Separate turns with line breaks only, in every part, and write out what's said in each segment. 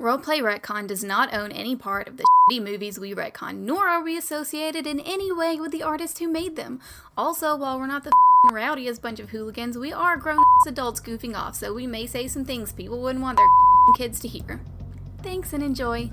Roleplay Retcon does not own any part of the shitty movies we retcon, nor are we associated in any way with the artist who made them. Also, while we're not the f***ing rowdiest bunch of hooligans, we are grown-ass adults goofing off, so we may say some things people wouldn't want their f***ing kids to hear. Thanks and enjoy.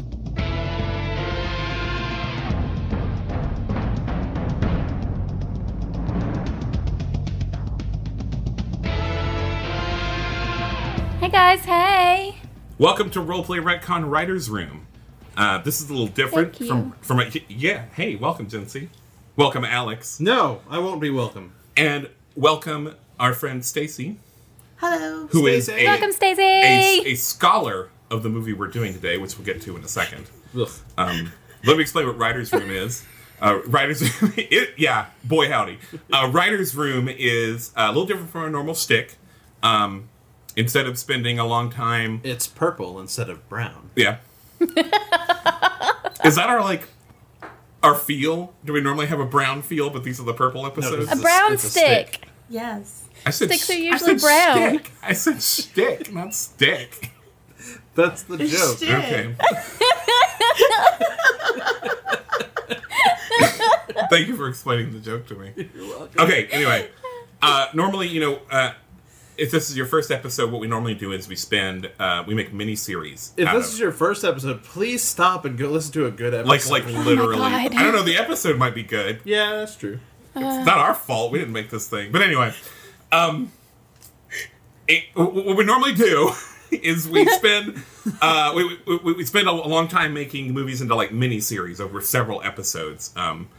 Hey guys, hey!
Welcome to Roleplay Retcon Writers Room. Uh, this is a little different
Thank you.
from from a, yeah. Hey, welcome, Jency. Welcome, Alex,
No, I won't be welcome.
and welcome our friend Stacy,
Hello.
who is
Stacey.
a,
Welcome, Stacey!
a a scholar of the movie we're doing today, which we'll get to in a second.
Ugh.
Um, let me explain what writers' room is. Uh, writers, room, it, yeah, boy howdy. Uh, writers' room is uh, a little different from a normal stick. Um, instead of spending a long time
It's purple instead of brown.
Yeah. Is that our like our feel? Do we normally have a brown feel, but these are the purple episodes?
this
a
is-
brown
it's a
stick.
stick.
Yes.
I said
sticks are
s- I
usually
said
brown.
Stick. I said stick, not stick.
That's the joke.
Shit.
Okay. Thank you for explaining the joke to me. You're welcome. Okay. Anyway, uh, normally, you know, uh, if this is your first episode, what we normally do is we spend, uh, we make mini series.
If this is your first episode, please stop and go listen to a good episode.
like, like literally, I
God.
don't know. The episode might be good.
yeah, that's true.
It's not our fault. We didn't make this thing. But anyway, um, it, wh- what we normally do is we spend uh, we, we- we, we spend a long time making movies into like mini series over several episodes. Um,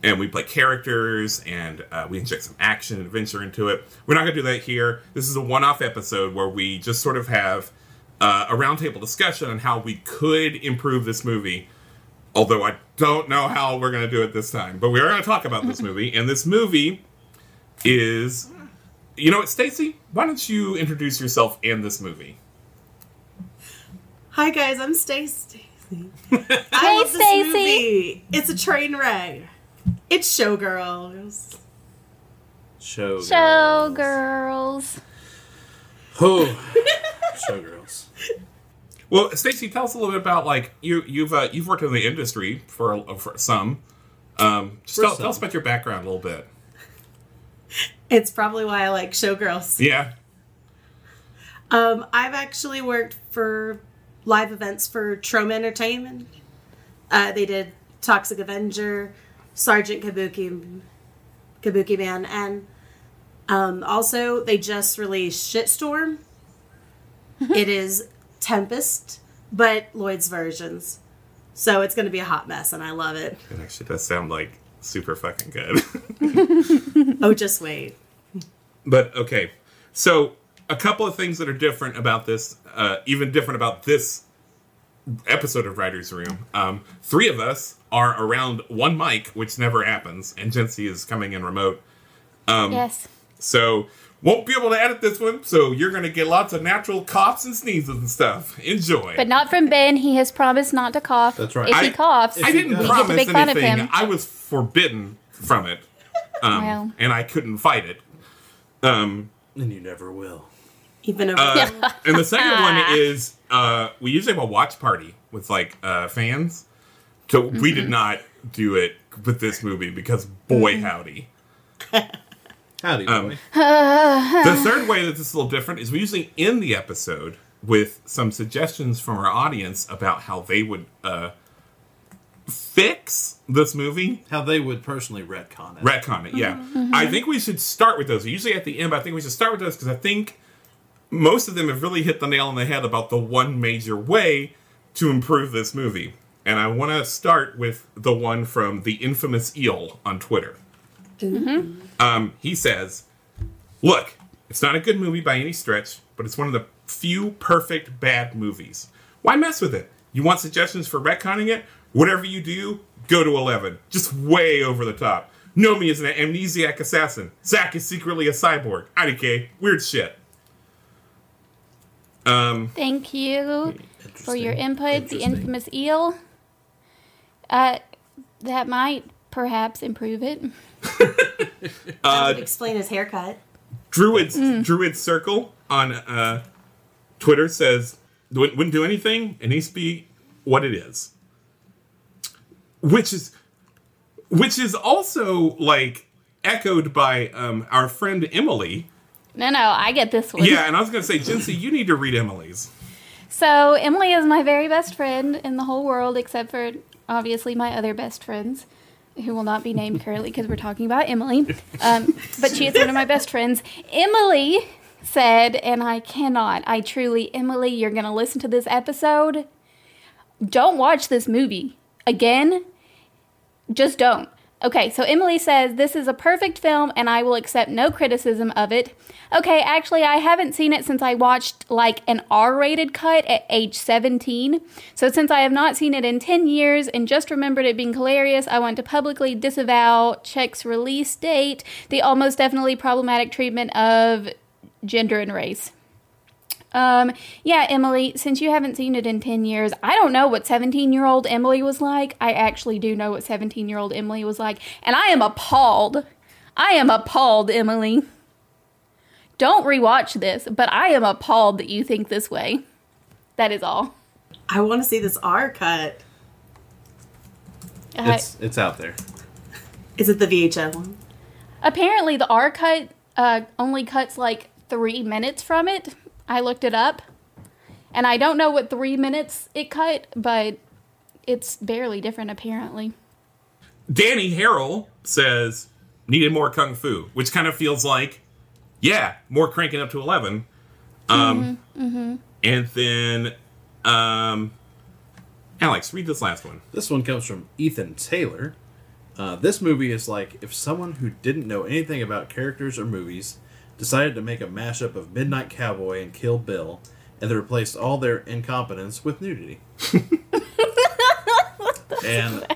and we play characters and uh, we inject some action and adventure into it. We're not going to do that here. This is a one off episode where we just sort of have uh, a roundtable discussion on how we could improve this movie. Although I don't know how we're going to do it this time, but we are going to talk about this movie. And this movie is. You know what, Stacy? Why don't you introduce yourself and this movie?
Hi guys, I'm Stacey. I love this
Stacey.
movie. It's a train wreck. It's Showgirls.
Show.
Oh, Showgirls.
Oh. Showgirls.
Well, Stacy, tell us a little bit about like you you've uh, you've worked in the industry for, a- for some. Um, just
For
tell,
some.
tell us about your background a little bit.
It's probably why I like Showgirls.
Yeah.
Um, I've actually worked for live events for Troma Entertainment. Uh, they did Toxic Avenger, Sergeant Kabuki, Kabuki Man, and um, also they just released Shitstorm. it is Tempest, but Lloyd's versions. So it's going to be a hot mess, and I love it.
It actually does sound like super fucking good.
Oh, just wait.
but okay, so a couple of things that are different about this, uh, even different about this episode of Writers Room. Um, three of us are around one mic, which never happens, and Jency is coming in remote.
Um,
yes.
So won't be able to edit this one. So you're gonna get lots of natural coughs and sneezes and stuff. Enjoy.
But not from Ben. He has promised not to cough.
That's right.
If
I,
he coughs,
I didn't
we get to
promise
make fun of
anything.
him.
I was forbidden from it, um,
Wow.
and I couldn't fight it. Um,
And you never will.
Even over
and the second one is uh, we usually have a watch party with like uh, fans. So we did not do it with this movie because boy howdy.
Howdy,
Um,
boy.
The third way that this is a little different is we usually end the episode with some suggestions from our audience about how they would uh, fix this movie.
How they would personally retcon it.
Retcon it, yeah. I think we should start with those. Usually at the end, but I think we should start with those because I think most of them have really hit the nail on the head about the one major way to improve this movie. And I want to start with the one from the infamous eel on Twitter. Um, he says, Look, it's not a good movie by any stretch, but it's one of the few perfect bad movies. Why mess with it? You want suggestions for retconning it? Whatever you do, go to 11. Just way over the top. Nomi is an amnesiac assassin. Zack is secretly a cyborg. IDK. Weird shit.
Thank you for your
Interesting.
input. The
Interesting.
infamous eel. Uh, that might perhaps improve it.
That would explain his haircut.
Druid's Druid Circle on uh, Twitter says wouldn't, wouldn't do anything. It needs to be what it is, which is which is also like echoed by um, our friend Emily.
No, no, I get this one.
Yeah, and I was gonna say, Jincy, you need to read Emily's.
So Emily is my very best friend in the whole world, except for obviously my other best friends, who will not be named currently because we're talking about Emily. Um, but she is one of my best friends. Emily said, and I cannot. I truly, Emily, you're gonna listen to this episode. Don't watch this movie again. Just don't. Okay, so Emily says, This is a perfect film and I will accept no criticism of it. Okay, actually, I haven't seen it since I watched like an R rated cut at age 17. So, since I have not seen it in 10 years and just remembered it being hilarious, I want to publicly disavow Check's release date, the almost definitely problematic treatment of gender and race. Um, yeah, Emily, since you haven't seen it in 10 years, I don't know what 17 year old Emily was like. I actually do know what 17 year old Emily was like, and I am appalled. I am appalled, Emily. Don't rewatch this, but I am appalled that you think this way. That is all.
I want to see this R cut.
I-
It's it's out there.
Is it the VHS one?
apparently, the R cut uh, only cuts like three minutes from it. I looked it up, and I don't know what three minutes it cut, but it's barely different, apparently.
Danny Harrell says needed more kung fu, which kind of feels like yeah, more cranking up to eleven. Um,
Mm-hmm,
And then, um, Alex, read this last one.
This one comes from Ethan Taylor. Uh, this movie is like if someone who didn't know anything about characters or movies decided to make a mashup of Midnight Cowboy and Kill Bill, and they replaced all their incompetence with nudity. and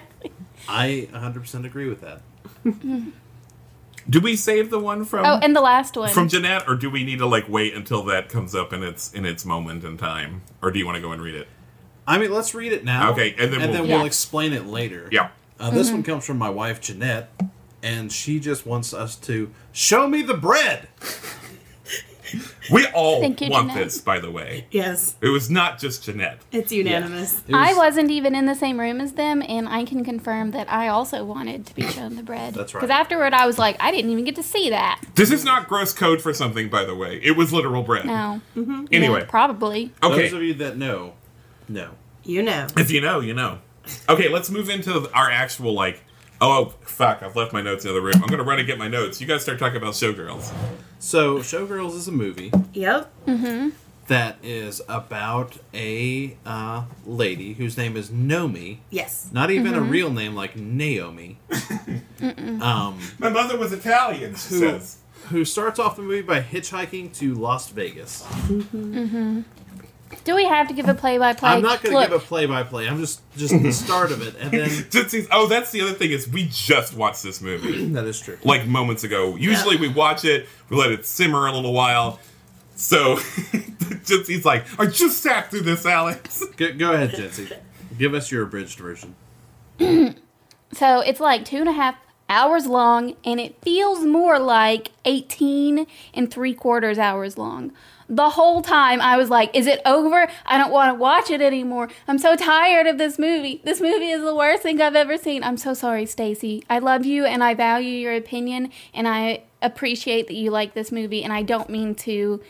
I 100% agree with that.
Do we save the one from
Um,
Oh, and the last one.
from Jeanette, or do we need to like wait until that comes up in its in its moment in time, or do you want to go and read it?
I mean, let's read it now.
Okay, and then we'll-
we'll
Yeah. Mm-hmm.
explain it later.
Yeah.
Uh, this one comes from my wife Jeanette, and she just wants us to show me the bread.
We all
Thank you,
want
Jeanette.
this, by the way.
Yes,
It was not just Jeanette.
it's unanimous.
It
I
was-
wasn't even in the same room as them, and I can confirm that I also wanted to be shown the bread.
That's right.
Because afterward, I was like, I didn't even get to see that.
This is not gross code for something, by the way. It was literal bread.
No.
Anyway,
Probably.
okay.
Those of you that know, know.
You know.
If you know, you know. Okay, let's move into our actual like. Oh fuck! I've left my notes in the other room. I'm gonna run and get my notes. You guys start talking about showgirls.
So, Showgirls is a movie
Yep.
that is about a uh, lady whose name is Nomi.
Yes.
Not even a real name like Naomi. um,
My mother was Italian. She
who, who starts off the movie by hitchhiking to Las Vegas.
Do we have to give a play by play?
I'm not going to give a play-by-play. I'm just just the start of it, and then
Gypsies. Oh, that's the other thing is we just watched this movie
that is true.
like moments ago. Usually we watch it, we let it simmer a little while. So Gypsy's like, I just sat through this, Alex.
Go, go ahead, Jency. Give us your abridged version.
So it's like two and a half hours long, and it feels more like 18 and three quarters hours long. The whole time I was like, is it over? I don't want to watch it anymore. I'm so tired of this movie. This movie is the worst thing I've ever seen. I'm so sorry, Stacy. I love you and I value your opinion and I appreciate that you like this movie and I don't mean to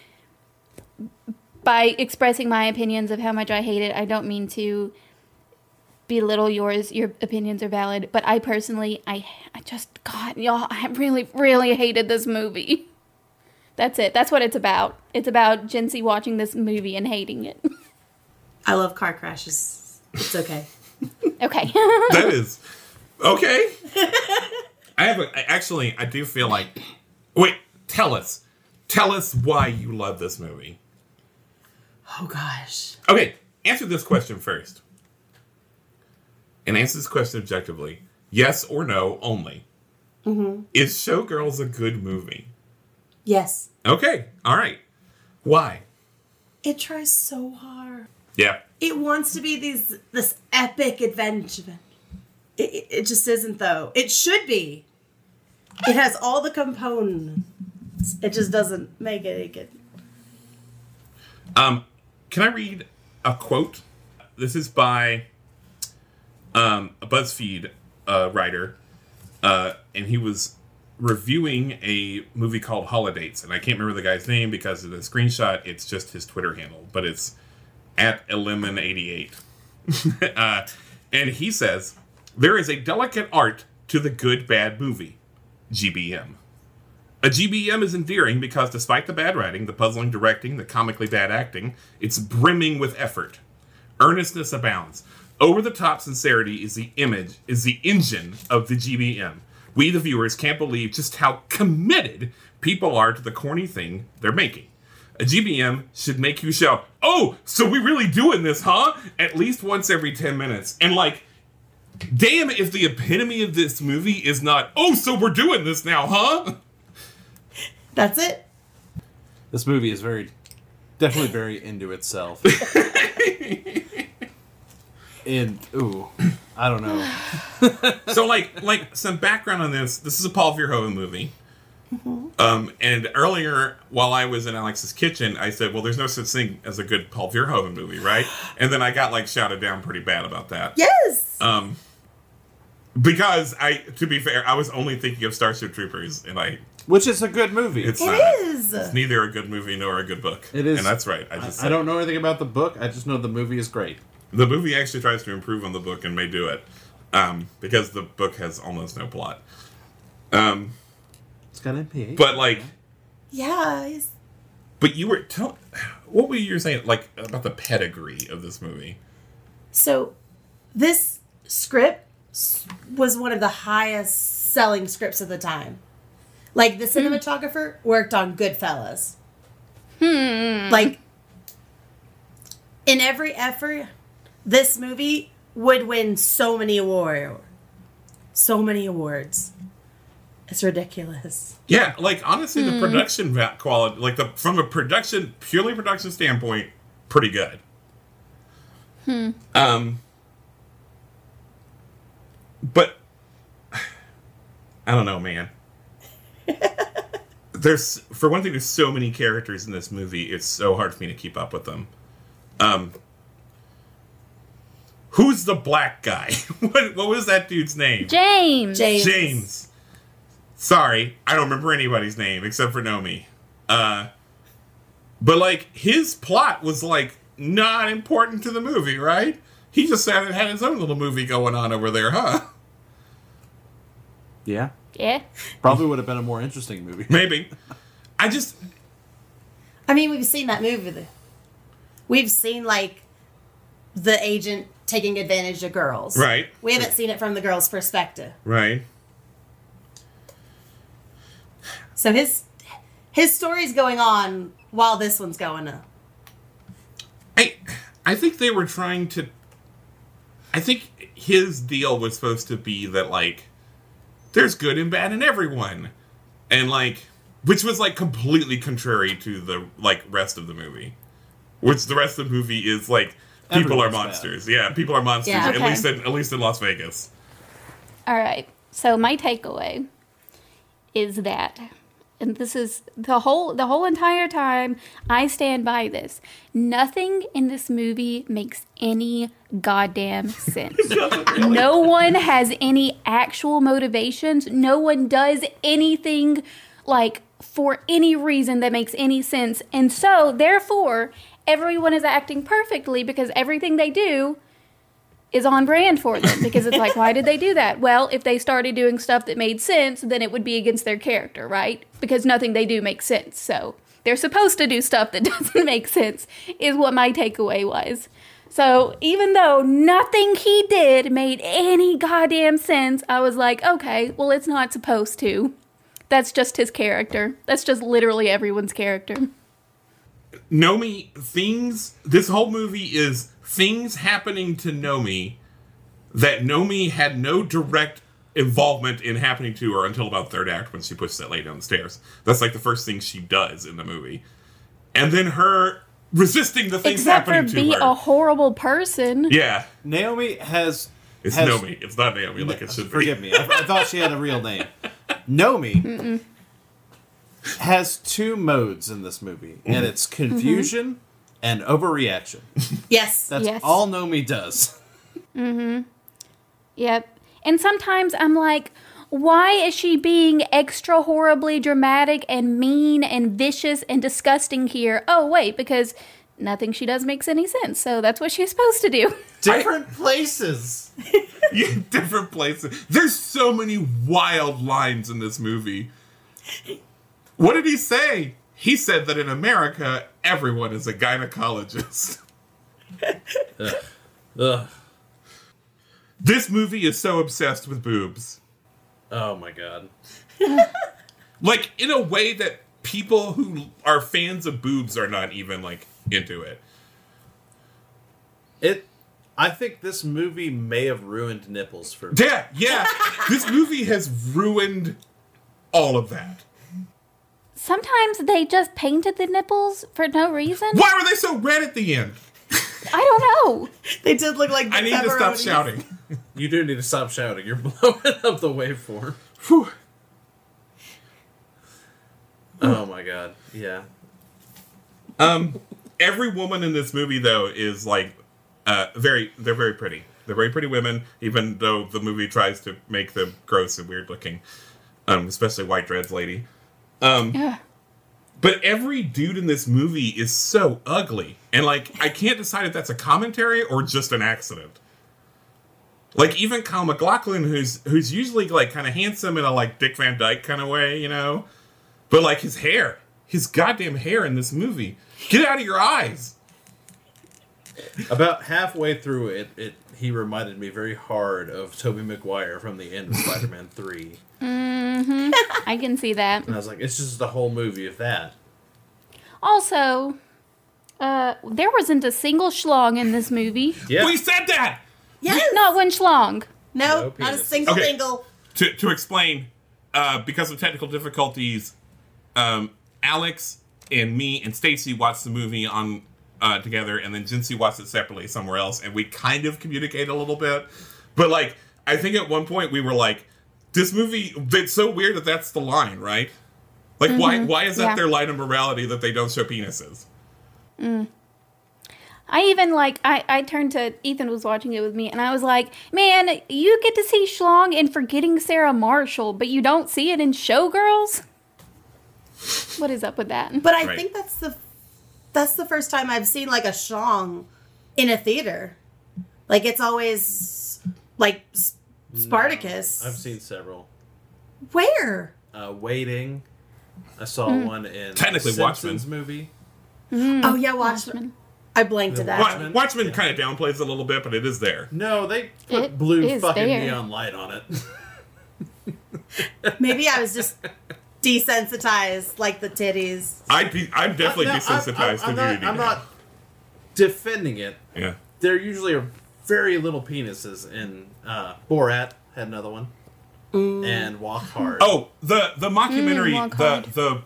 by expressing my opinions of how much I hate it, I don't mean to belittle yours. Your opinions are valid, but I personally, I, I just, God, y'all, I really, really hated this movie. That's it. That's what it's about. It's about Jency watching this movie and hating it.
I love car crashes. It's okay.
okay.
that is okay. I have a, I- actually. I do feel like. Wait, tell us, tell us why you love this movie.
Oh gosh.
Okay, answer this question first. and answer this question objectively yes or no only. Is Showgirls a good movie?
Yes.
Okay, all right. Why?
It tries so hard.
Yeah,
It wants to be these this epic adventure. It, it, it just isn't though. It should be. It has all the components. It just doesn't make it any good.
Um, can I read a quote? This is by um, a BuzzFeed uh, writer, uh, and he was reviewing a movie called Holidays, and I can't remember the guy's name because of the screenshot. It's just his Twitter handle, but it's at Elimin88. uh, and he says, There is a delicate art to the good bad movie, GBM. A GBM is endearing because despite the bad writing, the puzzling directing, the comically bad acting, it's brimming with effort. Earnestness abounds. Over the top sincerity is the image, is the engine of the GBM. We, the viewers, can't believe just how committed people are to the corny thing they're making. A GBM should make you shout, Oh, so we really doing this, huh? At least once every 10 minutes. And like, damn if the epitome of this movie is not, Oh, so we're doing this now, huh?
That's it.
This movie is very, definitely very into itself. and ooh, I don't know.
so like like some background on this this is a paul verhoeven movie um, and earlier while i was in alex's kitchen i said well there's no such thing as a good paul verhoeven movie right and then i got like shouted down pretty bad about that
Yes.
um, because i to be fair i was only thinking of starship troopers and i
Which is a good movie.
it's
It
not
is.
it's neither a good movie nor a good book
It is-
and that's right i just
I, I
said
don't know anything about the book. I just know the movie is great.
the movie actually tries to improve on the book and may do it um, because the book has almost no plot um,
It's got MPH.
but like
yeah. It's,
But you were tell what were you saying like about the pedigree of this movie?
So, this script s- was one of the highest selling scripts of the time. Like, the cinematographer worked on Goodfellas. Hmm. Like, in every effort, this movie would win so many awards. So many awards. It's ridiculous.
Yeah, like honestly, the production va- quality, like the from a production purely production standpoint, pretty good. Hmm. Um. But I don't know, man. there's for one thing, there's so many characters in this movie. It's so hard for me to keep up with them. Um. Who's the black guy? what, what was that dude's name?
James.
James.
James. Sorry, I don't remember anybody's name except for Nomi. Uh, but like his plot was like not important to the movie, right? He just sat and had his own little movie going on over there, huh?
yeah,
Yeah.
probably would have been a more interesting movie.
Maybe. I just
I mean, we've seen that movie. We've seen, like, the agent taking advantage of girls.
right,
We haven't seen it from the girl's perspective.
right.
So his his story's going on while this one's going up.
I I think they were trying to I think his deal was supposed to be that like there's good and bad in everyone. And like which was like completely contrary to the like rest of the movie. Which the rest of the movie is like people
Everyone's
are
bad.
monsters. Yeah, people are monsters
Yeah.
at
Okay.
least in, at least in Las Vegas.
All right. So my takeaway is that and this is the whole the whole entire time I stand by this. Nothing in this movie makes any goddamn sense. No one has any actual motivations. No one does anything like for any reason that makes any sense. And so, therefore, everyone is acting perfectly because everything they do is on brand for them because it's like, why did they do that? Well, if they started doing stuff that made sense, then it would be against their character, right? Because nothing they do makes sense. So they're supposed to do stuff that doesn't make sense, is what my takeaway was. So even though nothing he did made any goddamn sense, I was like, okay, well, it's not supposed to. That's just his character. That's just literally everyone's character.
Nomi things this whole movie is things happening to Nomi that Nomi had no direct involvement in happening to her until about third act when she pushes that lady down the stairs. That's like the first thing she does in the movie. And then her resisting the things
Except for
happening to
be
her.
a horrible person.
yeah.
Naomi has.
It's
has,
Nomi. It's not Naomi like it should be.
Forgive me. I, I thought she had a real name. Nomi has two modes in this movie,
Mm-hmm.
and it's confusion and overreaction.
Yes.
That's
Yes.
all Nomi does.
Yep. And sometimes I'm like, why is she being extra horribly dramatic and mean and vicious and disgusting here? Oh, wait, because nothing she does makes any sense. So that's what she's supposed to do.
Different places.
Yeah, different places. There's so many wild lines in this movie. What did he say? He said that in America, everyone is a gynecologist.
Ugh.
This movie is so obsessed with boobs.
Oh my god.
Like, in a way that people who are fans of boobs are not even, like, into it.
It. I think this movie may have ruined nipples for me.
Yeah, yeah. this movie has ruined all of that.
Sometimes they just painted the nipples for no reason.
Why were they so red at the end?
I don't know.
They did look like
I need to stop
pepperonis.
shouting.
You do need to stop shouting. You're blowing up the waveform.
Whew.
Oh my god. Yeah.
Um, every woman in this movie, though, is like uh, very. They're very pretty. They're very pretty women, even though the movie tries to make them gross and weird looking. Um, especially White Dread's lady.
Yeah.
But every dude in this movie is so ugly, and like I can't decide if that's a commentary or just an accident. Like even Kyle McLaughlin, who's who's usually like kind of handsome in a like Dick Van Dyke kind of way, you know, but like his hair, his goddamn hair in this movie, get out of your eyes.
About halfway through it, it he reminded me very hard of Toby Maguire from the end of Spider-Man Three,
I can see that.
and I was like, it's just the whole movie of that.
Also, uh, there wasn't a single schlong in this movie.
Yeah.
We said that.
Yes.
Not one schlong.
No,
No
not a
penises.
single
Okay.
dingle.
to to explain, uh, because of technical difficulties, um, Alex and me and Stacy watched the movie on uh, together, and then Jincy watched it separately somewhere else, and we kind of communicated a little bit. But like, I think at one point we were like, "This movie, it's so weird that that's the line, right? Like, why why is that
yeah.
their line of morality that they don't show penises?"
I even like I, I turned to Ethan was watching it with me and I was like, Man, you get to see Schlong in Forgetting Sarah Marshall, but you don't see it in Showgirls? What is up with that?
But I
Right.
think that's the that's the first time I've seen like a shong in a theater. Like it's always like S- Spartacus.
I've seen several.
Where?
Uh, Waiting. I saw
Hmm.
one in
Technically
the
Watchmen.
Simpsons movie.
Oh yeah, Watchmen. I blanked at that.
Wa-
Watchmen.
Watchmen kind of downplays it a little bit, but it is there.
No, they put
It
blue
is
fucking
there.
neon light on it.
Maybe I was just desensitized, like the titties.
I'd be, I'm definitely
No, I'm-
desensitized
I'm,
to
I'm
nudity.
not, I'm
now.
not defending it.
Yeah.
There usually are very little penises in uh, Borat had another one, and Walk Hard.
Oh, the the mockumentary,
Walk Hard.
the the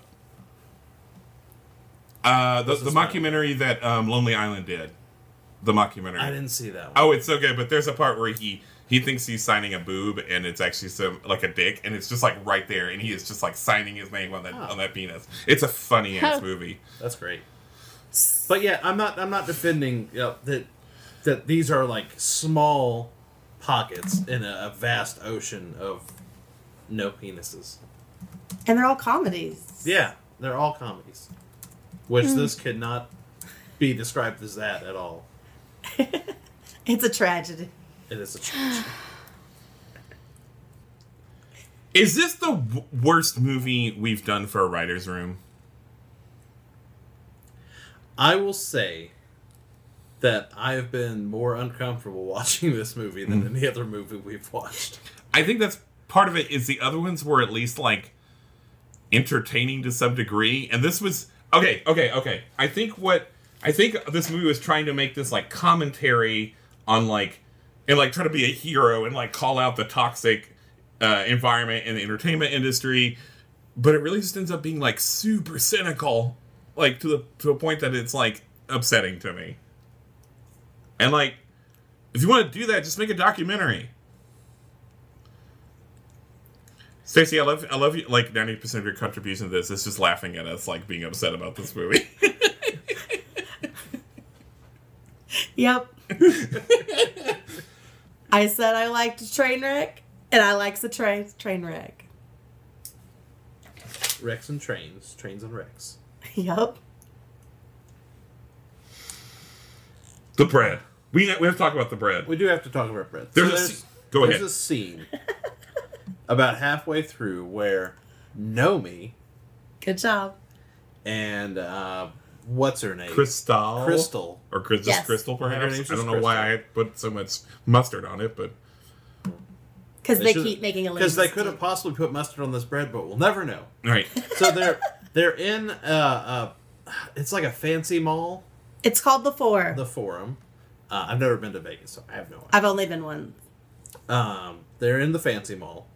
uh, the, the
is mine.
mockumentary that um, Lonely Island did, the mockumentary.
I didn't see that one.
Oh, it's so good. But there's a part where he he thinks he's signing a boob, and it's actually some like a dick, and it's just like right there, and he is just like signing his name on that
Oh.
on that penis. It's a funny ass
Oh.
movie.
That's great. But yeah, I'm not. I'm not defending you know, that. That these are like small pockets in a, a vast ocean of no penises.
And they're all comedies.
Yeah, they're all comedies, which this could not be described as that at all.
It's a tragedy.
It is a tragedy.
Is this the w- worst movie we've done for a writer's room?
I will say that I have been more uncomfortable watching this movie than
Hmm.
any other movie we've watched.
I think that's part of it. Is the other ones were at least like entertaining to some degree, and this was okay, okay, okay. I think what I think this movie was trying to make this like commentary on like and like try to be a hero and like call out the toxic uh, environment in the entertainment industry, but it really just ends up being like super cynical, like to the to a point that it's like upsetting to me. And like, if you want to do that, just make a documentary. Stacey, I love I love you like ninety percent of your contribution to this is just laughing at us like being upset about this movie.
Yep. I said I liked a train wreck, and I likes a train train wreck.
Wrecks and trains, trains and wrecks.
Yep.
the bread. We we have to talk about the bread.
We do have to talk about bread.
There's a sce- go
there's
ahead.
a scene about halfway through where Nomi
Good job.
and uh, what's her name?
Crystal.
Crystal.
Or Chris, just
Yes.
Crystal,
Her
perhaps. I
name's
don't
just
know why I put so much mustard on it, but
Because they,
should've-
keep making a list.
because they could have possibly put mustard on this bread, but we'll never know.
all right.
So they're they're in uh, uh, it's like a fancy mall,
It's called the Four.
the Forum. Uh, I've never been to Vegas, so I have no idea.
I've only been one.
Um, they're in the fancy mall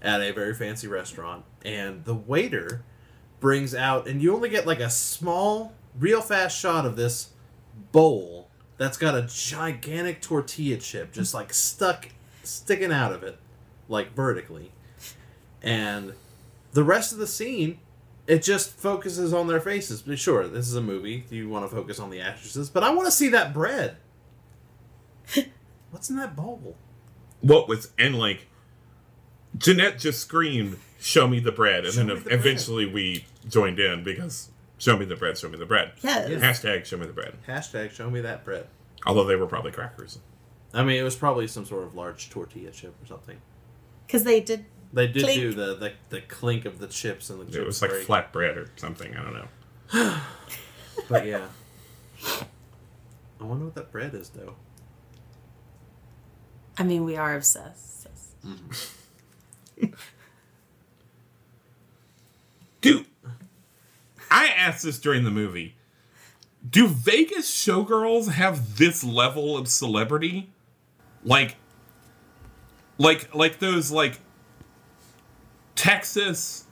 at a very fancy restaurant, and the waiter brings out, and you only get like a small, real fast shot of this bowl that's got a gigantic tortilla chip just like stuck, sticking out of it, like vertically. And the rest of the scene, it just focuses on their faces. But Sure, this is a movie. You want to focus on the actresses, but I want to see that bread. What's in that bowl?
What was and like Jeanette just screamed, "Show me the bread!" and
me
then
the bread.
eventually we joined in because "Show me the bread, show me the bread."
Yes.
Yes.
Hashtag "Show me the bread."
Hashtag show me that bread.
Although they were probably crackers.
I mean, it was probably some sort of large tortilla chip or something.
Because they did.
They did
Clink.
do the, the the clink of the chips and the chips.
It was like
break,
flat bread or something. I don't know.
But yeah. I wonder what that bread is though.
I mean, we are obsessed.
Do I asked this during the movie? Do Vegas showgirls have this level of celebrity? Like, like, like those like Texas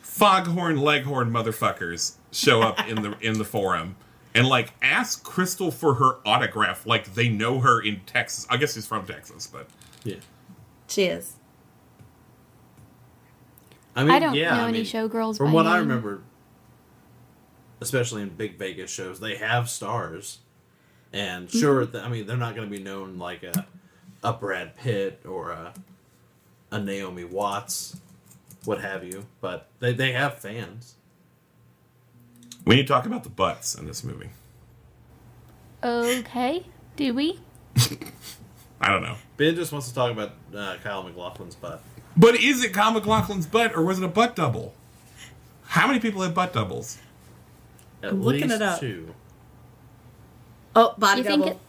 foghorn leghorn motherfuckers show up in the in the forum and like ask Crystal for her autograph. Like they know her in Texas. I guess she's from Texas, but
Yeah.
Cheers.
I mean,
don't
yeah,
know
I
any
mean,
showgirls
From
by
what I
name.
remember, especially in big Vegas shows, they have stars, and
Mm-hmm.
sure, th- I mean they're not going to be known like a a Brad Pitt or a a Naomi Watts, what have you, but they they have fans.
we need to talk about the butts in this movie.
Okay, do we?
I don't know.
Ben just wants to talk about uh, Kyle McLaughlin's butt.
But is it Kyle McLaughlin's butt or was it a butt double? How many people have butt doubles?
At
I'm
least
looking it up.
two.
Oh, body
You think
double.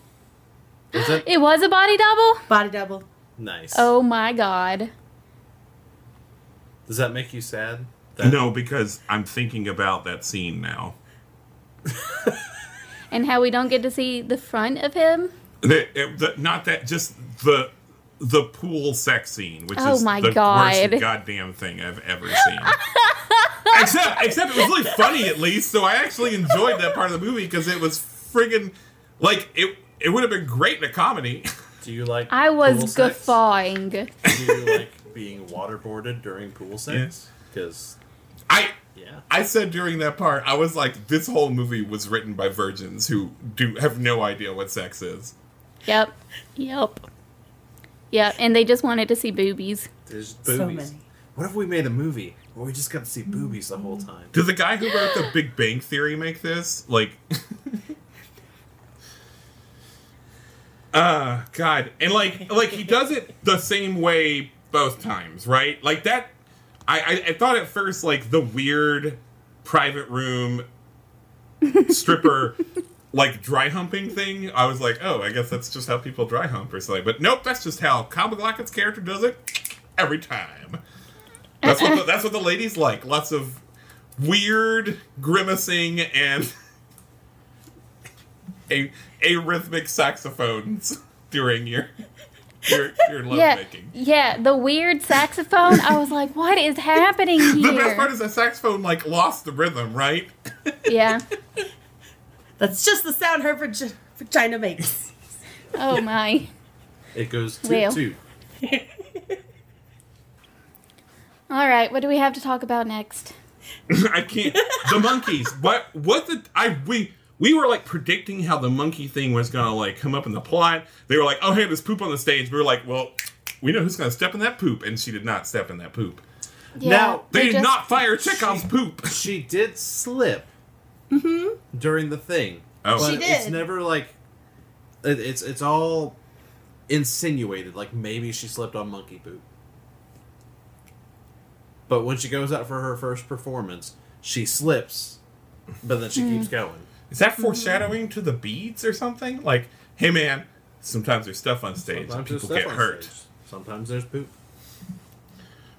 it-
Is that
It was a body double?
Body double.
nice?
Oh my god.
Does that make you sad? That,
No, because I'm thinking about that scene now.
And how we don't get to see the front of him?
The, it- the- not that, just the the pool sex scene, which
Oh
is
my
the
God.
worst goddamn thing I've ever seen. except, except it was really funny at least, so I actually enjoyed that part of the movie because it was friggin' like it. It would have been great in a comedy.
Do you like?
I
pool
was
sex?
guffawing.
Do you like being waterboarded during pool sex? Because
I
yeah,
I said during that part, I was like, this whole movie was written by virgins who do have no idea what sex is.
Yep. Yep. Yep. And they just wanted to see boobies.
there's boobies.
So many.
What if we made a movie where we just got to see boobies the whole time?
Did the guy who wrote the Big Bang Theory make this? Like, uh, God, and like, like he does it the same way both times, right? Like that. I, I, I thought at first like the weird private room stripper like dry humping thing. I was like, oh, I guess that's just how people dry hump or something. But nope, that's just how Kyle MacLachlan's character does it every time. That's what the, that's what the ladies like. Lots of weird grimacing and a a rhythmic saxophones. during your your your love
yeah,
making.
yeah, the weird saxophone. I was like, what is happening here?
The best part is the saxophone like lost the rhythm, right?
yeah.
That's just the sound her vagi- vagina makes.
Oh my.
It goes two
Well.
two.
All right, what do we have to talk about next?
I can't. The monkeys. What? What the? I we we were like predicting how the monkey thing was gonna like come up in the plot. They were like, oh hey, there's poop on the stage. We were like, well, we know who's gonna step in that poop, and she did not step in that poop.
Yeah,
Now,
They, did
just-
not fire Chekhov's poop.
She did slip
Mm-hmm.
during the thing.
Oh.
but
She
It's
did.
never like it, it's it's all insinuated. Like maybe she slipped on monkey poop. But when she goes out for her first performance, she slips, but then she
Mm-hmm.
keeps going.
Is that foreshadowing to the beads or something? Like, hey man, sometimes there's stuff on stage and
Sometimes there's
people
stuff
get
on
hurt.
stage. Sometimes there's poop.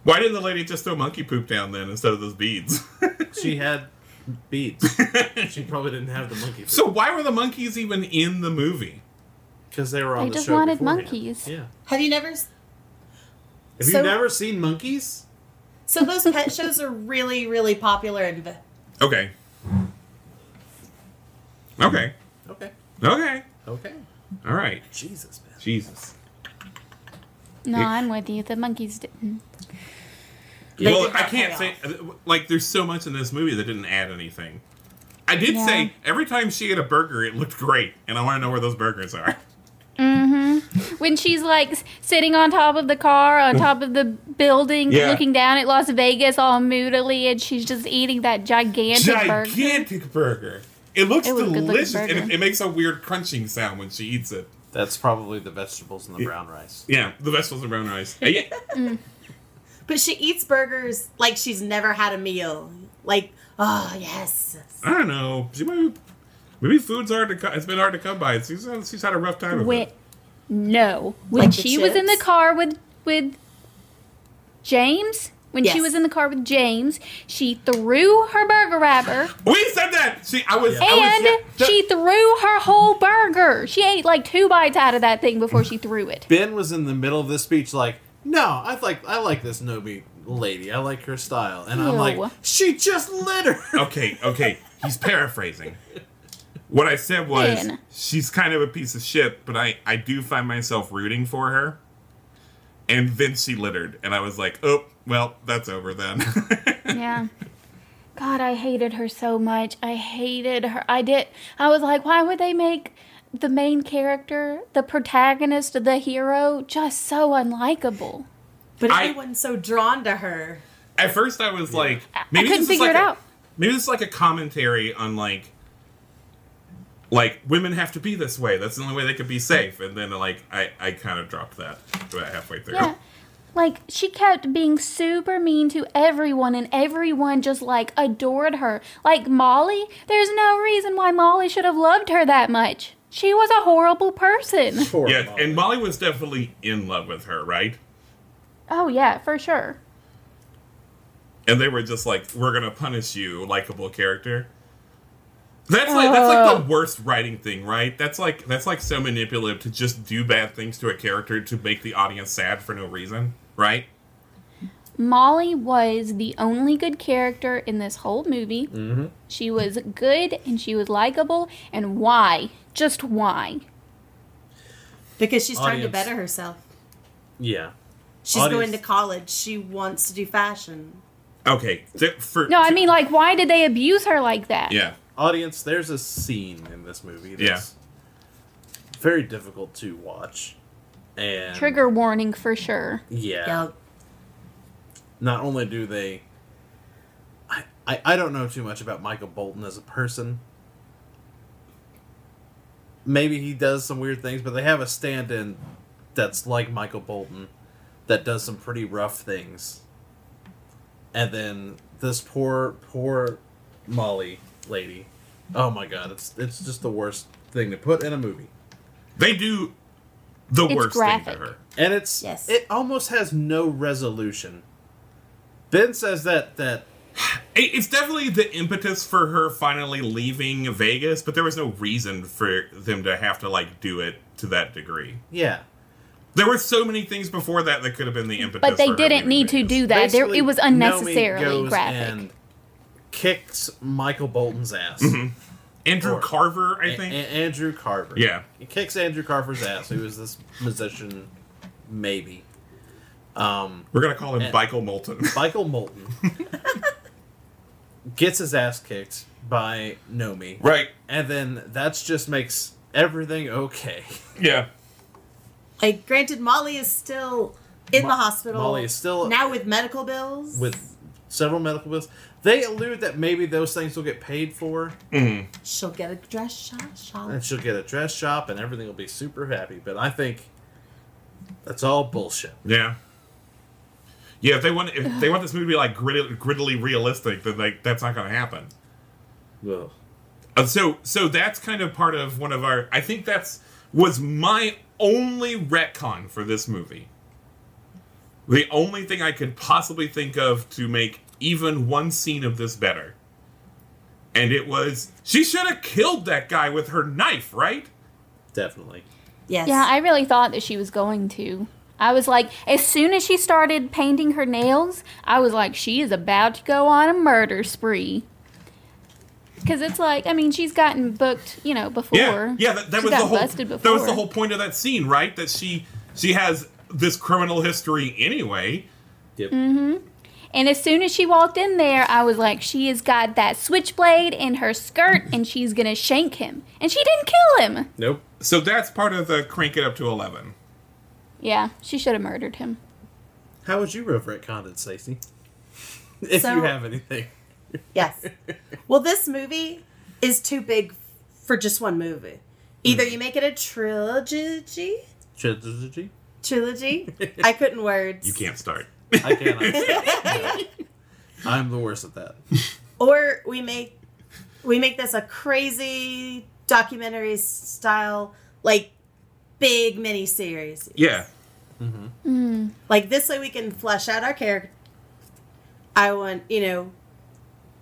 Why didn't the lady just throw monkey poop down then instead of those beads?
She had beads. she probably didn't have the monkey poop
so why were the monkeys even in the movie?
because they were on
They
the
just
show
wanted
beforehand.
monkeys.
Yeah.
Have you never? s-
Have
So-
you never seen monkeys?
So those pet shows are really, really popular in. Ve-
Okay. Okay.
Okay.
Okay.
Okay.
All right.
Jesus, man.
Jesus.
No, I'm with you. The monkeys didn't.
They
well,
did
I
not
can't
pay
say like there's so much in this movie that didn't add anything. I did
Yeah.
say every time she ate a burger, it looked great, and I want to know where those burgers are.
When she's like s- sitting on top of the car, on top of the building,
Yeah.
looking down at Las Vegas all moodily, and she's just eating that gigantic, burger.
Gigantic burger. It looks
It was a good-looking
delicious, and
burger.
it, it makes a weird crunching sound when she eats it.
That's probably the vegetables and the brown rice.
Yeah, the vegetables and brown rice. Uh, yeah.
But she eats burgers like she's never had a meal. Like, oh yes.
I don't know. She might be, maybe food's hard to. Co- it's been hard to come by. She's had, she's had a rough time. with
When,
it.
no, when
Like the
she was in the
chips?
car with with James, when she
Yes.
was in the car with James, she threw her burger wrapper
We said that. She. I was. I was-
and she threw her whole burger. She ate like two bites out of that thing before she threw it.
Ben was in the middle of this speech like, "No, I like I like this Nobi lady. I like her style." And
Ew.
I'm like, "She just lit her."
okay, okay. He's paraphrasing. What I said was
Ben.
she's kind of a piece of shit, but I I do find myself rooting for her. And then she littered, and I was like, "Oh, well, that's over then."
Yeah. God, I hated her so much. I hated her. I did. I was like, why would they make the main character, the protagonist, the hero, just so unlikable?
But
I-
everyone's so drawn to her.
At first, I was like,
I
maybe
couldn't
this
figure
is like
it
a-
out.
Maybe this is like a commentary on like, like women have to be this way. That's the only way they could be safe. And then like, I I kind of dropped that about halfway through.
Yeah. Like, she kept being super mean to everyone, and everyone just, like, adored her. Like, Molly, there's no reason why Molly should have loved her that much. She was a horrible person.
Poor
Yeah,
Molly.
and Molly was definitely in love with her, right?
Oh, yeah, for sure.
And they were just like, "We're gonna punish you, likable character." That's like that's
Oh.
like the worst writing thing, right? That's like that's like so manipulative to just do bad things to a character to make the audience sad for no reason, right?
Molly was the only good character in this whole movie. Mm-hmm. She was good and she was likable. And why? Just why?
Because she's trying to
Audience.
better herself.
yeah.
She's
Audience.
going to college. She wants to do fashion.
Okay, th- for
No, I mean, like, why did they abuse her like that?
yeah.
Audience, there's a scene in this movie
Yeah.
that's very difficult to watch. And
Trigger warning for sure.
Yeah.
Yeah.
Not only do they I, I I don't know too much about Michael Bolton as a person. Maybe he does some weird things, but they have a stand-in that's like Michael Bolton that does some pretty rough things. And then this poor poor Molly lady. Oh my god, it's it's just the worst thing to put in a movie.
They do the worst thing
graphic.
to her.
and it's
Yes.
it almost has no resolution. Ben says that that
It- It's definitely the impetus for her finally leaving Vegas, but there was no reason for them to have to like do it to that degree.
Yeah.
There were so many things before that that could have been the impetus.
But
for
they
her
didn't
leaving
need to
Vegas.
do that. There,
Basically,
it was
Nomi
unnecessarily
goes
graphic.
and kicks Michael Bolton's ass.
Andrew
Or-
Carver, I
A-
think.
A- Andrew Carver.
Yeah.
He kicks Andrew Carver's ass, who is this musician, maybe.
We're gonna call him Michael Moulton.
Michael Moulton gets his ass kicked by Nomi.
right.
And then that's just makes everything okay.
Yeah.
Like, granted, Molly is still in
Mo-
the hospital.
Molly is still-
now with medical bills.
With several medical bills. They allude that maybe those things will get paid for,
she'll get a dress shot. shot.
and she'll get a dress shop, and everything will be super happy. But I think that's all bullshit.
Yeah. Yeah, if they want if they want this movie to be like grid, griddily realistic, then like that's not gonna happen.
Well,
Uh, so so that's kind of part of one of our I think that's was my only retcon for this movie. The only thing I could possibly think of to make even one scene of this better. And it was she should have killed that guy with her knife, right?
definitely.
Yes.
Yeah, I really thought that she was going to. I was like, as soon as she started painting her nails, I was like, she is about to go on a murder spree. Because it's like, I mean, she's gotten booked, you know, before.
Yeah, yeah. That, that
She
was
got
the whole.
busted
That was the
before.
whole point of that scene, right? That she she has this criminal history anyway.
Yep.
And as soon as she walked in there, I was like, she has got that switchblade in her skirt and she's going to shank him. And she didn't kill him.
Nope.
So that's part of the crank it up to eleven.
Yeah, she should have murdered him.
How would you reverent Condon, Stacey? If
So-
you have anything.
Yes. well, this movie is too big for just one movie. Either
Hmm.
you make it a trilogy,
Trilogy?
trilogy. I couldn't words.
You can't start.
I can't. understand. I'm the worst at that.
Or we make we make this a crazy documentary style, like big mini series.
Yeah,
Like this way, we can flesh out our character. I want you know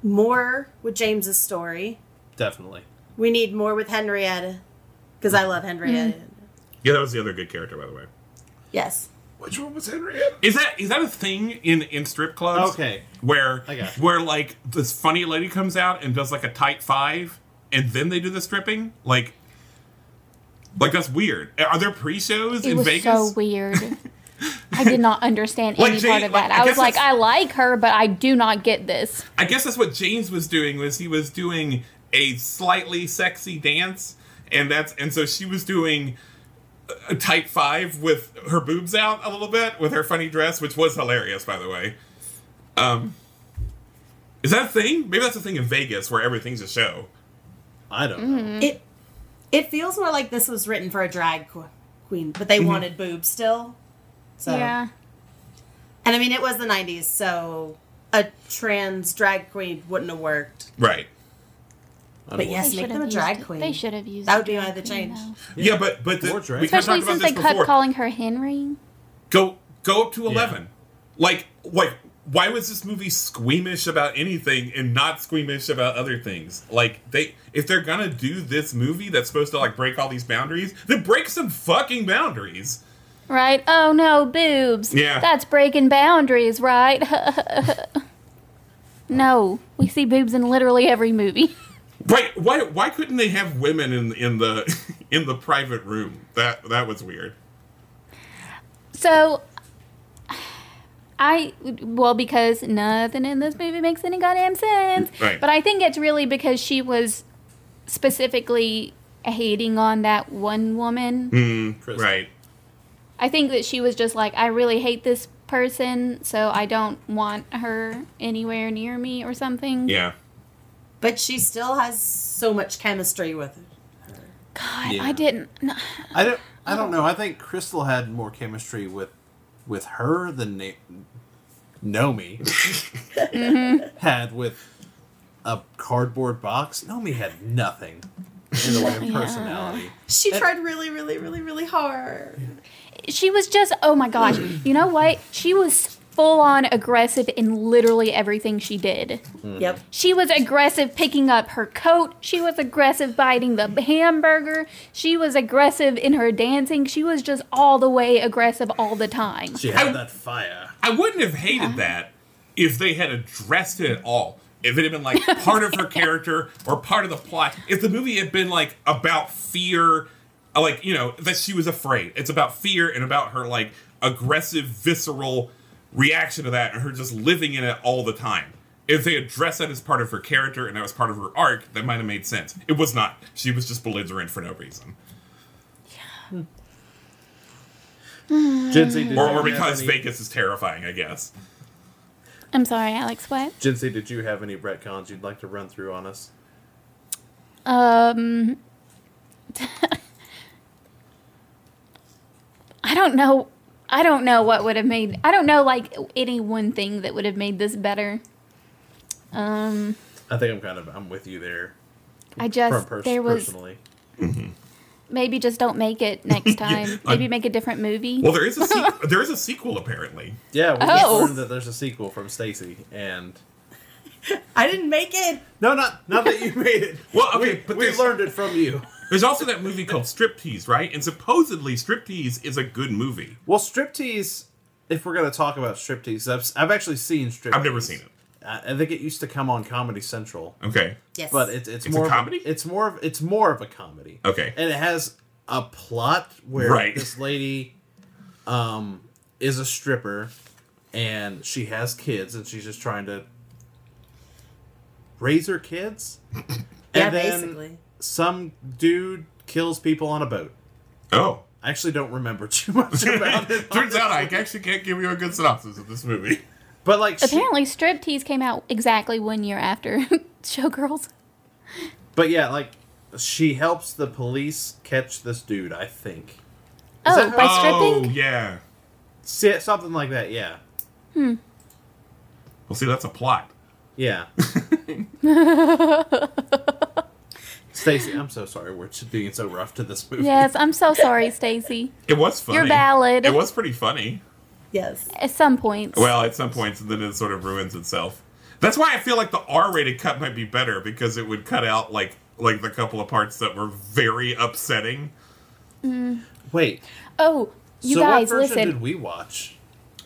more with James's story.
Definitely.
We need more with Henrietta because I love Henrietta.
yeah. That was the other good character, by the way.
Yes.
Which one was Henrietta?
Is that is that a thing in in strip clubs?
Okay.
Where
I got it.
where like this funny lady comes out and does like a tight five, and then they do the stripping, like. Like that's weird. Are there pre-shows
It
in
was
Vegas?
so weird. I did not understand
Like,
any
Jane-
part of
like,
that.
I
I, was
guess
like,
it's-
I like her, but I do not get this.
I guess that's what James was doing was he was doing a slightly sexy dance and that's and so she was doing a type 5 with her boobs out a little bit with her funny dress which was hilarious by the way. Um is that a thing? Maybe that's a thing in Vegas where everything's a show.
I don't know.
It it feels more like this was written for a drag qu- queen, but they wanted boobs still. So
Yeah.
and I mean it was the '90s, so a trans drag queen wouldn't have worked.
Right.
But yes,
They
make
should
them
have
a drag
used it.
queen.
They should have used
That
a
would be
drag
my other
queen,
change.
though.
Yeah, but but the,
Or drag.
we kinda
Especially
talked about
since they
this
kept
before.
calling her Henry.
go go up to 11. Like like why was this movie squeamish about anything and not squeamish about other things? Like they if they're going to do this movie that's supposed to like break all these boundaries, then break some fucking boundaries.
Right? Oh no, boobs.
Yeah.
That's breaking boundaries, right? no. We see boobs in literally every movie.
Right, why why couldn't they have women in in the in the private room? That that was weird.
So I well because nothing in this movie makes any goddamn sense.
Right.
But I think it's really because she was specifically hating on that one woman.
Hmm.
Chris.
Right.
I think that she was just like, I really hate this person, so I don't want her anywhere near me or something.
Yeah.
But she still has so much chemistry with her.
God,
Yeah.
I didn't. No,
I don't. I don't know. I think Crystal had more chemistry with with her than Na- Nomi
Mm-hmm.
had with a cardboard box. Nomi had nothing in the way of personality.
She tried really, really, really, really hard.
she was just. Oh my gosh. you know what? She was full on aggressive in literally everything she did.
Yep.
She was aggressive picking up her coat. She was aggressive biting the hamburger. She was aggressive in her dancing. She was just all the way aggressive all the time.
She had that fire.
I wouldn't have hated that if they had addressed it at all. If it had been like part of her character or part of the plot. If the movie had been like about fear, uh, like, you know, that she was afraid. It's about fear and about her like aggressive, visceral reaction to that and her just living in it all the time. If they addressed that as part of her character and that was part of her arc, that might have made sense. It was not. She was just belligerent for no reason.
Jency,
Or,
did you
Mm-hmm.
or
have
because
any,
Vegas is terrifying, I guess.
I'm sorry, Alex, what?
Jency, did you have any retcons you'd like to run through on us?
Um, I don't know. I don't know what would have made. I don't know like any one thing that would have made this better. Um,
I think I'm kind of I'm with you there.
I
From
just
pers-
there was
personally,
maybe just don't make it next time. maybe make a different movie.
Well, there is a sequ- there is a sequel apparently.
yeah, we
Oh.
just learned that there's a sequel from Stacy, and
I didn't make it.
no, not not that you made it.
Well, okay,
We-
but
we
there's-
learned it from you.
There's also that movie called Striptease, right? And supposedly Striptease is a good movie.
Well, striptease. If we're gonna talk about striptease, I've, I've actually seen striptease.
I've never seen it.
I, I think it used to come on Comedy Central,
Okay.
Yes.
but it's it's,
It's a
more of
comedy?
it's more of it's more of a comedy.
Okay.
and it has a plot where
Right.
this lady, um, is a stripper, and she has kids, and she's just trying to raise her kids.
yeah,
and then
basically.
some dude kills people on a boat.
Oh.
I actually don't remember too much about it.
Turns out I actually can't give you a good synopsis of this movie.
But like, she-
Apparently, Striptease came out exactly one year after Showgirls.
But yeah, like she helps the police catch this dude, I think.
Oh,
that
by
how-
oh,
stripping?
yeah.
Si- Something like that, yeah.
Well, see, that's a plot.
Yeah. Stacy, I'm so sorry we're t- being so rough to this movie.
Yes, I'm so sorry, Stacy.
It was funny.
You're valid.
It was pretty funny.
yes.
At some points.
Well, at some points, and then it sort of ruins itself. That's why I feel like the R-rated cut might be better because it would cut out like like the couple of parts that were very upsetting.
Wait.
oh, you
so
guys,
what version
listen.
did we watch?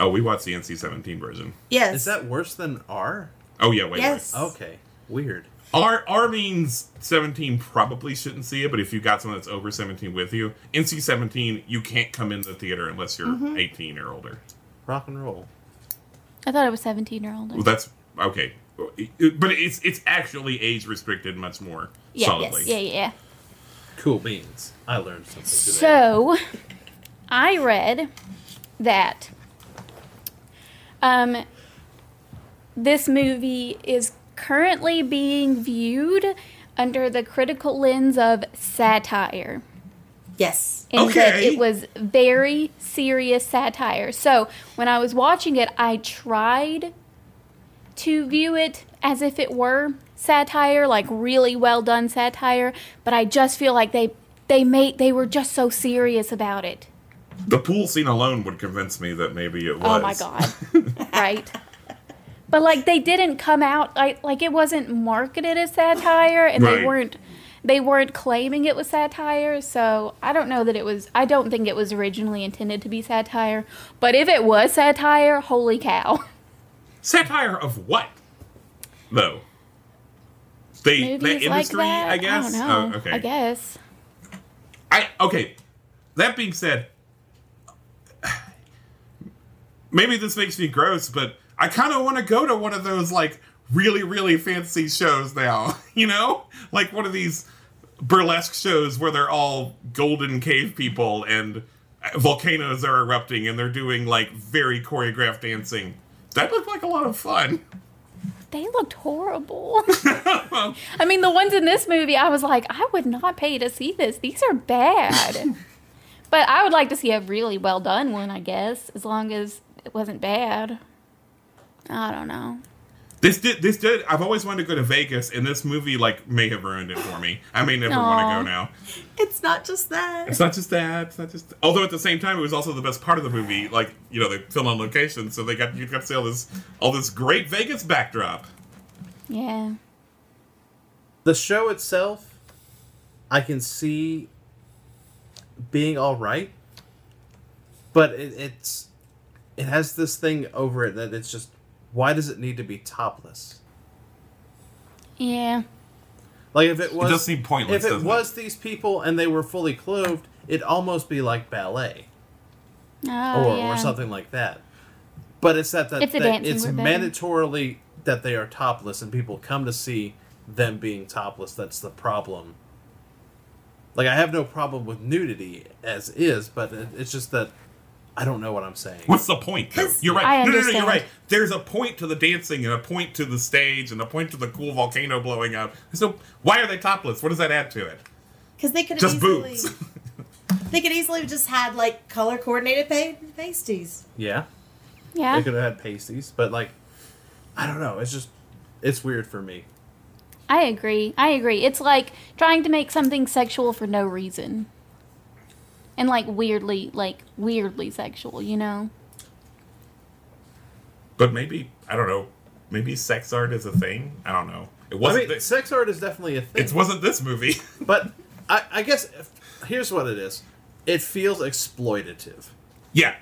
Oh, we watched the NC-17 version.
Yes.
Is that worse than R?
Oh yeah, wait. wait.
Yes.
Okay. Weird.
R R means seventeen probably shouldn't see it, but if you got someone that's over seventeen with you, NC seventeen, you can't come in the theater unless you're
Mm-hmm.
eighteen or older.
Rock and roll.
I thought it was 17 or older.
Well, that's okay, but it's it's actually age restricted much more
yeah,
solidly.
yeah, yeah, yeah.
Cool beans. I learned something today.
So, I read that um, this movie is currently being viewed under the critical lens of satire.
yes.
and that
Okay.
it was very serious satire. So when I was watching it, I tried to view it as if it were satire, like really well done satire, but I just feel like they they made they were just so serious about it.
The pool scene alone would convince me that maybe it was.
Oh my god. right. But like they didn't come out like like it wasn't marketed as satire and
Right.
they weren't they weren't claiming it was satire, so I don't know that it was I don't think it was originally intended to be satire, but if it was satire, holy cow.
Satire of what? Though. The, the
Movies
industry,
like that,
I guess.
I don't know.
Oh, okay.
I guess.
I okay. That being said, maybe this makes me gross, but I kind of want to go to one of those like really really fancy shows now. You know, like one of these burlesque shows where they're all golden cave people and volcanoes are erupting and they're doing like very choreographed dancing. That looked like a lot of fun.
They looked horrible. I mean, the ones in this movie, I was like, I would not pay to see this. These are bad. but I would like to see a really well done one, I guess, as long as it wasn't bad. I don't know.
This did. This did. I've always wanted to go to Vegas, and this movie like may have ruined it for me. I may never want to
Aw.
go now.
It's not just that.
It's not just that. It's not just. Although at the same time, it was also the best part of the movie. Like you know, they film on location, so they got you got to see all this all this great Vegas backdrop.
Yeah.
The show itself, I can see being all right, but it, it's it has this thing over it that it's just why does it need to be topless?
Yeah.
Like if it was
does seem pointless,
If it
doesn't it?
was these people and they were fully clothed, it'd almost be like ballet
Oh,
or,
yeah.
or something like that. But it's that, that
It's a
that
dancing
it's
group, baby.
mandatorily that they are topless and people come to see them being topless. That's the problem. Like I have no problem with nudity as is, but it, it's just that I don't know what I'm saying.
What's the point? Though? You're right.
I
no, no, no. You're
understand.
right. There's a point to the dancing, and a point to the stage, and a point to the cool volcano blowing up. So why are they topless? What does that add to it?
Because they could
Just
easily,
boobs.
they could easily have just had like color coordinated pa- pasties.
Yeah, they
Yeah.
could have had pasties, but like I don't know. It's just it's weird for me.
I agree. I agree. It's like trying to make something sexual for no reason. And like weirdly, like weirdly sexual, you know?
But maybe I don't know. Maybe sex art is a thing. I don't know. It
I
wasn't.
mean,
thi-
sex art is definitely a thing.
it wasn't this movie.
But I, I guess if, here's what it is. It feels exploitative.
yeah.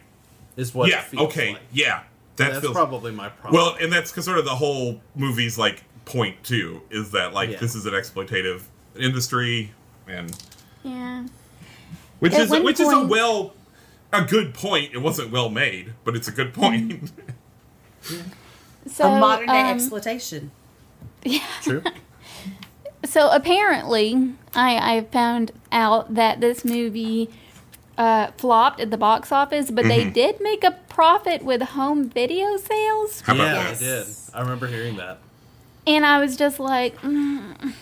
Is what
yeah.
it feels
Okay.
like.
Yeah. That
That's
feels
probably my problem.
well, and that's because sort of the whole movie's like point too is that like
Yeah.
this is an exploitative industry, and
Yeah.
which
At
is
one
which is a
point-
well a good point. It wasn't well made, but it's a good
Mm-hmm.
point.
So
a modern day
um,
exploitation.
true.
so apparently I I found out that this movie uh, flopped at the box office, but
Mm-hmm.
they did make a profit with home video sales.
How about
yeah,
that?
I did. I remember hearing that.
And I was just like, mm,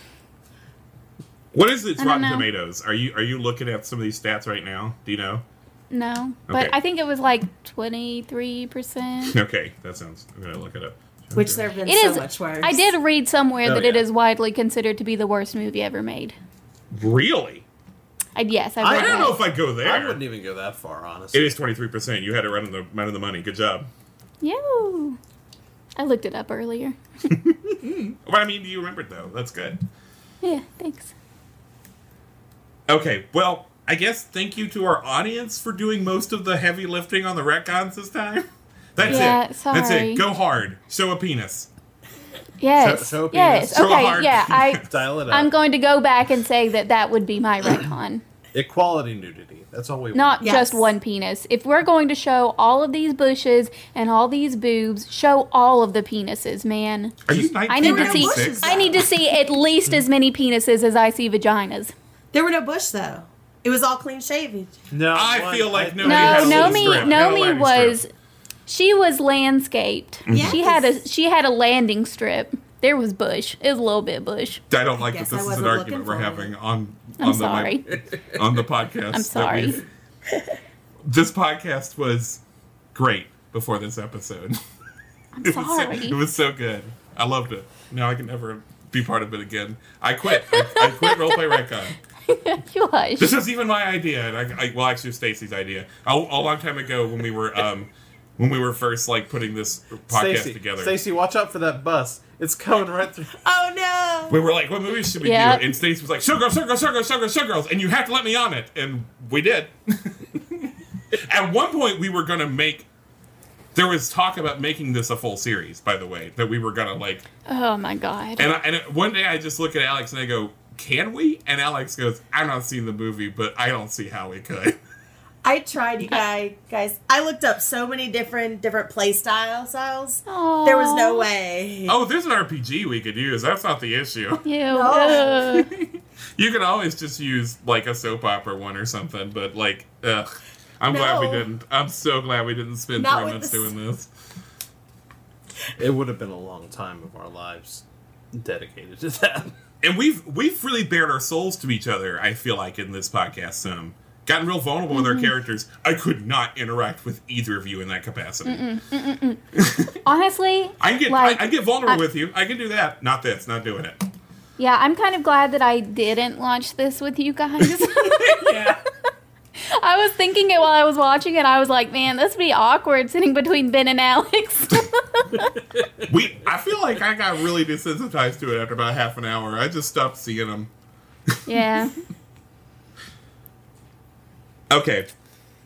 What is its
I don't
Rotten
know.
Tomatoes? Are you are you looking at some of these stats right now? Do you know?
no. But
Okay.
I think it was like 23%.
Okay, that sounds. I'm gonna look it up.
Which there have been
It
so
is.
much worse.
I did read somewhere
Oh,
that it
yeah.
is widely considered to be the worst movie ever made.
Really?
I, yes, I
I
read
I don't
that.
know if I go there.
I wouldn't even go that far, honestly.
It is 23%. You had it right on the right on the money. Good job.
Yeah. I looked it up earlier.
But I mean, you remembered though. That's good.
Yeah, thanks.
Okay, well, I guess thank you to our audience for doing most of the heavy lifting on the retcons this time. That's
Yeah,
it. That's
sorry.
it. Go hard. Show a penis.
Yes.
so penis.
yes.
So
okay.
hard.
Yeah. I.
Dial it up.
I'm going to go back and say that that would be my retcon.
Equality nudity. That's all we
Not
want.
Yes.
just one penis. If we're going to show all of these bushes and all these boobs, show all of the penises, man.
Are you
I need to
1996?
see. I need to see at least as many penises as I see vaginas.
There were no bush though. It was all clean shaven.
No,
I
one-
feel like nobody
No,
had a
Nomi.
lady strip. Had a
Nomi
lady
was.
strip. Mm-hmm.
She was landscaped.
Yes.
She had a. She had a landing strip. There was bush. It was a little bit bush.
I don't like that
Guess
this
I
is an
wasn't
argument
looking
we're
for
having on
I'm
on the
sorry.
mic- on the podcast.
I'm
that
sorry.
we've- This podcast was great before this episode.
I'm
It was, so,
sorry.
it was so good. I loved it. Now I can never be part of it again. I quit. I, I quit roleplay retcon.
you hush.
This was even my idea, and I, I well, actually, it was Stacy's idea. A, a long time ago, when we were um, when we were first like putting this podcast
Stacy,
together,
Stacy, watch out for that bus. It's coming right through.
Oh no!
we were like, "What movies should we
Yeah.
do?" And Stacy was like, "Showgirls, Showgirls, Showgirls, Showgirls, Showgirls," and you have to let me on it, and we did. At one point, we were gonna make. There was talk about making this a full series, by the way, that we were gonna like
Oh my god.
And, I, and one day I just look at Alex and I go, "Can we?" And Alex goes, "I'm not seeing the movie, but I don't see how we could."
I tried, you guys. Guys, I looked up so many different different play styles. styles. There was no way.
oh, there's an RPG we could use. That's not the issue.
Ew.
No.
ugh.
You can always just use like a soap opera one or something. But like, ugh, I'm glad we
No.
didn't. I'm so glad we didn't spend
Not
three
with
months
this-
doing this.
It would have been a long time of our lives dedicated to that.
And we've we've really bared our souls to each other. I feel like in this podcast, some gotten real vulnerable with
Mm-hmm.
our characters. I could not interact with either of you in that capacity.
Honestly,
I can get
like,
I, I get vulnerable
I-
with you. I can do that. Not this. Not doing it.
yeah, I'm kind of glad that I didn't launch this with you guys.
Yeah.
I was thinking it while I was watching it. I was like, man, this would be awkward sitting between Ben and Alex.
we. I feel like I got really desensitized to it after about half an hour. I just stopped seeing them.
yeah.
Okay.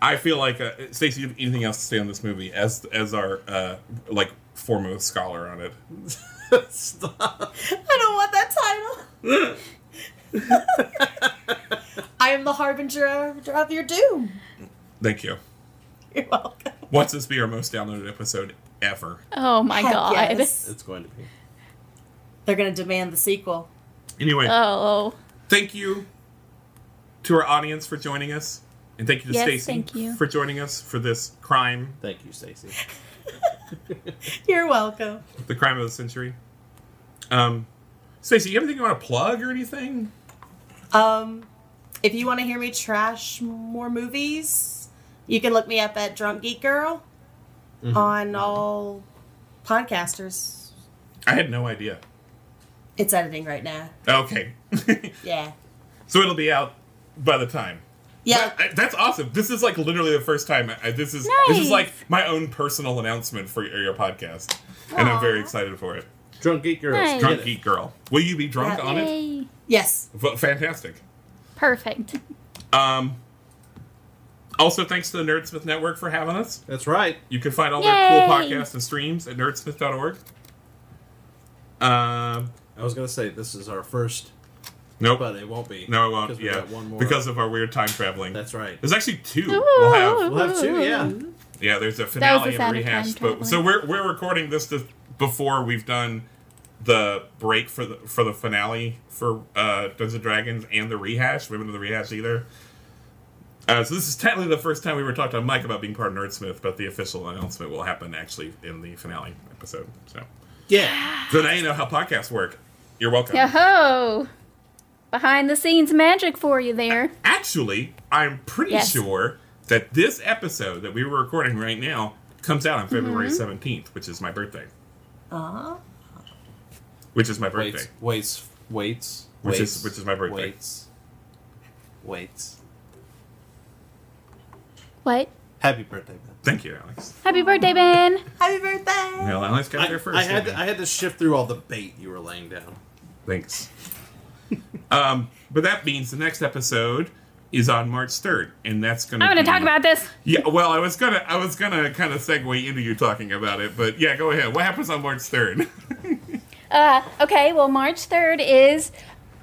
I feel like uh, Stacey. you have Anything else to say on this movie as as our uh, like foremost scholar on it?
Stop.
I don't want that title. I am the harbinger of your doom.
Thank you.
You're welcome.
What's this be our most downloaded episode ever?
Oh my
Heck
god.
yes.
It's going to be.
They're gonna demand the sequel.
Anyway,
Oh.
thank you to our audience for joining us, and thank you to
Yes,
Stacey
thank you.
for joining us for this crime,
Thank you, Stacy.
You're welcome.
the crime of the century. Um, Stacey, you have anything you want to plug or anything?
Um, if you want to hear me trash more movies, you can look me up at Drunk Geek Girl on all podcasters.
I had no idea.
It's editing right now.
Okay,
Yeah.
so it'll be out by the time.
Yeah.
That- that's awesome. This is like literally the first time. I, this is this is
Nice.
like my own personal announcement for your, your podcast, and I'm very excited for it.
Drunk Geek Girls.
Nice.
get
Drunk
it.
Geek Girl, will you be drunk
Yeah.
on it?
Yay.
Yes.
F- fantastic.
Perfect.
Um, also, thanks to the Nerdsmith Network for having us.
That's right.
You can find all their cool
Yay!
podcasts and streams at nerdsmith.org. Um,
I was going to say this is our first,
nope.
but it won't be.
no, I won't.
Because we
Yeah.
got one more.
Because of our weird time traveling.
That's right.
There's actually 2 we'll have.
We'll have two, yeah.
Yeah, there's a
was
finale
a
and
sad
a rehash.
time
But, so we're, we're recording this to, before we've done the break for the for the finale for uh, Dungeons and Dragons and the rehash. We haven't done the rehash either. Uh, so this is technically the first time we were talking to Mike about being part of Nerdsmith, but the official announcement will happen actually in the finale episode. So,
Yeah.
so now you know how podcasts work. You're welcome.
Yo-ho. Oh, Behind the scenes magic for you there.
Actually, I'm pretty
Yes.
sure that this episode that we were recording right now comes out on
Mm-hmm.
February 17th, which is my birthday.
Aw.
Which is my birthday.
Waits. Waits. Waits.
Which is-
waits,
which is my birthday.
Waits. Waits.
What?
Happy birthday, man.
Thank you, Alex.
Happy birthday, Ben.
Happy birthday.
Well, Alex got
I,
there first. Oh,
I had
didn't
to, I had to shift through all the bait you were laying down.
Thanks. um, but that means the next episode is on March 3rd, and that's going to.
I'm going to talk about this.
Yeah, well, I was gonna, I was gonna kind of segue into you talking about it, but yeah, go ahead. What happens on March 3rd?
Uh, okay, well, March 3rd is.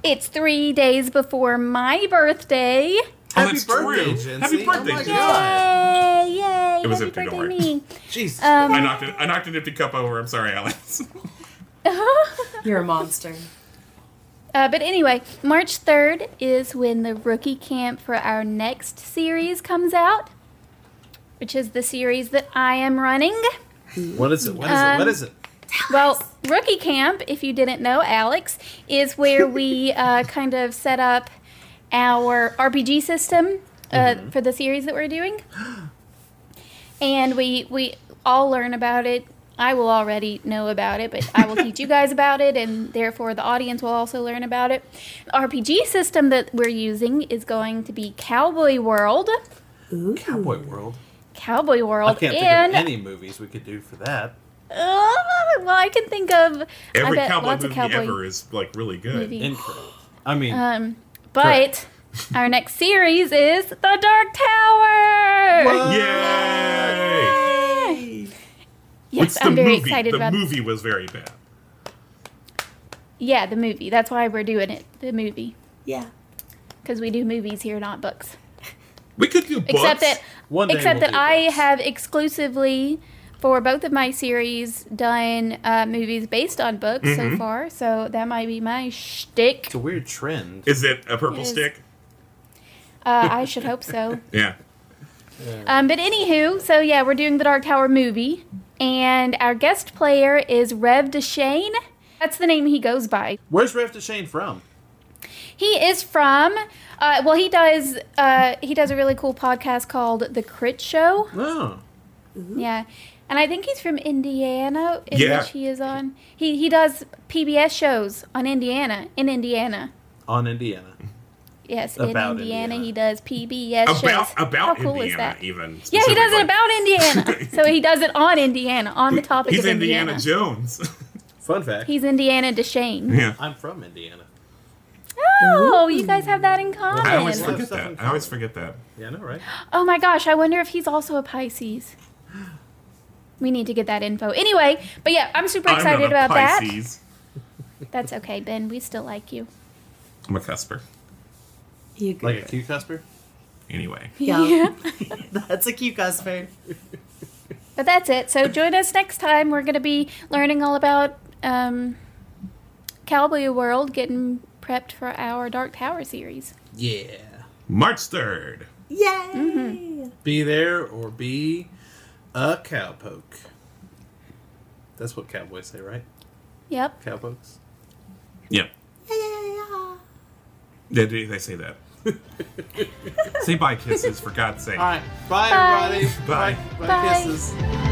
It's three days before my birthday.
Happy
that's
birthday,
true.
Jency.
Happy birthday,
Oh my
Jency.
God.
Yay, yay.
It was
happy
empty, don't
birthday,
worry.
me.
Jesus.
Um,
I knocked it. I knocked an empty cup over. I'm sorry, Alex.
You're a monster.
Uh, but anyway, March 3rd is when the rookie camp for our next series comes out, which is the series that I am running.
what is it? What is
um,
it? What is it?
Well, rookie camp, if you didn't know, Alex, is where we uh, kind of set up our RPG system uh, for the series that we're doing, and we we all learn about it. I will already know about it, but I will teach you guys about it, and therefore the audience will also learn about it. The RPG system that we're using is going to be Cowboy World.
Cowboy World.
Cowboy
I
World,
can't think
and
of any movies we could do for that.
Uh, well, I can think of I
Every
bet
cowboy
lots
movie
of cowboy
ever is like really good.
movies.
Incredible. I mean,
Um, But our next series is The Dark Tower.
Yay!
Yes,
It's
I'm
the
very
movie.
excited
the
about
movie was very bad.
Yeah, the movie. That's why we're doing it. The movie.
Yeah.
Because we do movies here, not books.
We could do books.
Except that
One day
except
we'll
that
do
I
books.
have exclusively for both of my series done uh, movies based on books so
Mm-hmm.
far. So that might be my shtick.
it's a weird trend.
is it a purple
It is.
stick?
Uh, I should hope so.
Yeah.
Um, but anywho, so yeah, we're doing the Dark Tower movie, and our guest player is Rev Deshane. That's the name he goes by.
Where's Raft to Shane from?
He is from. Uh, well, he does. Uh, he does a really cool podcast called The Crit Show.
Oh.
Yeah, and I think he's from Indiana, in
Yeah.
which he is on. He he does PBS shows on Indiana in Indiana.
On Indiana.
Yes,
Uh,
About
in Indiana,
Indiana.
he does PBS
About
shows.
about
How cool
Indiana,
is that?
even.
Yeah, he does
specifically.
it about Indiana. so he does it on Indiana, on the topic
He's
of Indiana.
Indiana, Jones.
Fun fact.
He's Indiana Deshane.
yeah.
I'm from Indiana.
Oh, you guys have that in common.
I always
Indiana.
forget that. I always forget that.
Yeah, I know, right?
Oh my gosh, I wonder if he's also a Pisces. We need to get that info. Anyway, but yeah, I'm super excited
I'm not a
about
Pisces.
that. That's okay, Ben. We still like you.
I'm a cusper.
You good.
Like a cute cusper?
Anyway.
Yeah.
Yeah.
That's a cute customer.
But that's it. So join us next time. We're going to be learning all about um, Cowboy World, getting prepped for our Dark Tower series.
Yeah.
March 3rd.
Yay!
Be there or be a cowpoke. That's what cowboys say, right?
Yep.
Cowpokes.
Yeah. They, they, they say that. Say bye, kisses, for God's sake.
All right. Bye,
Bye.
everybody.
Bye.
Bye.
Bye.
Kisses.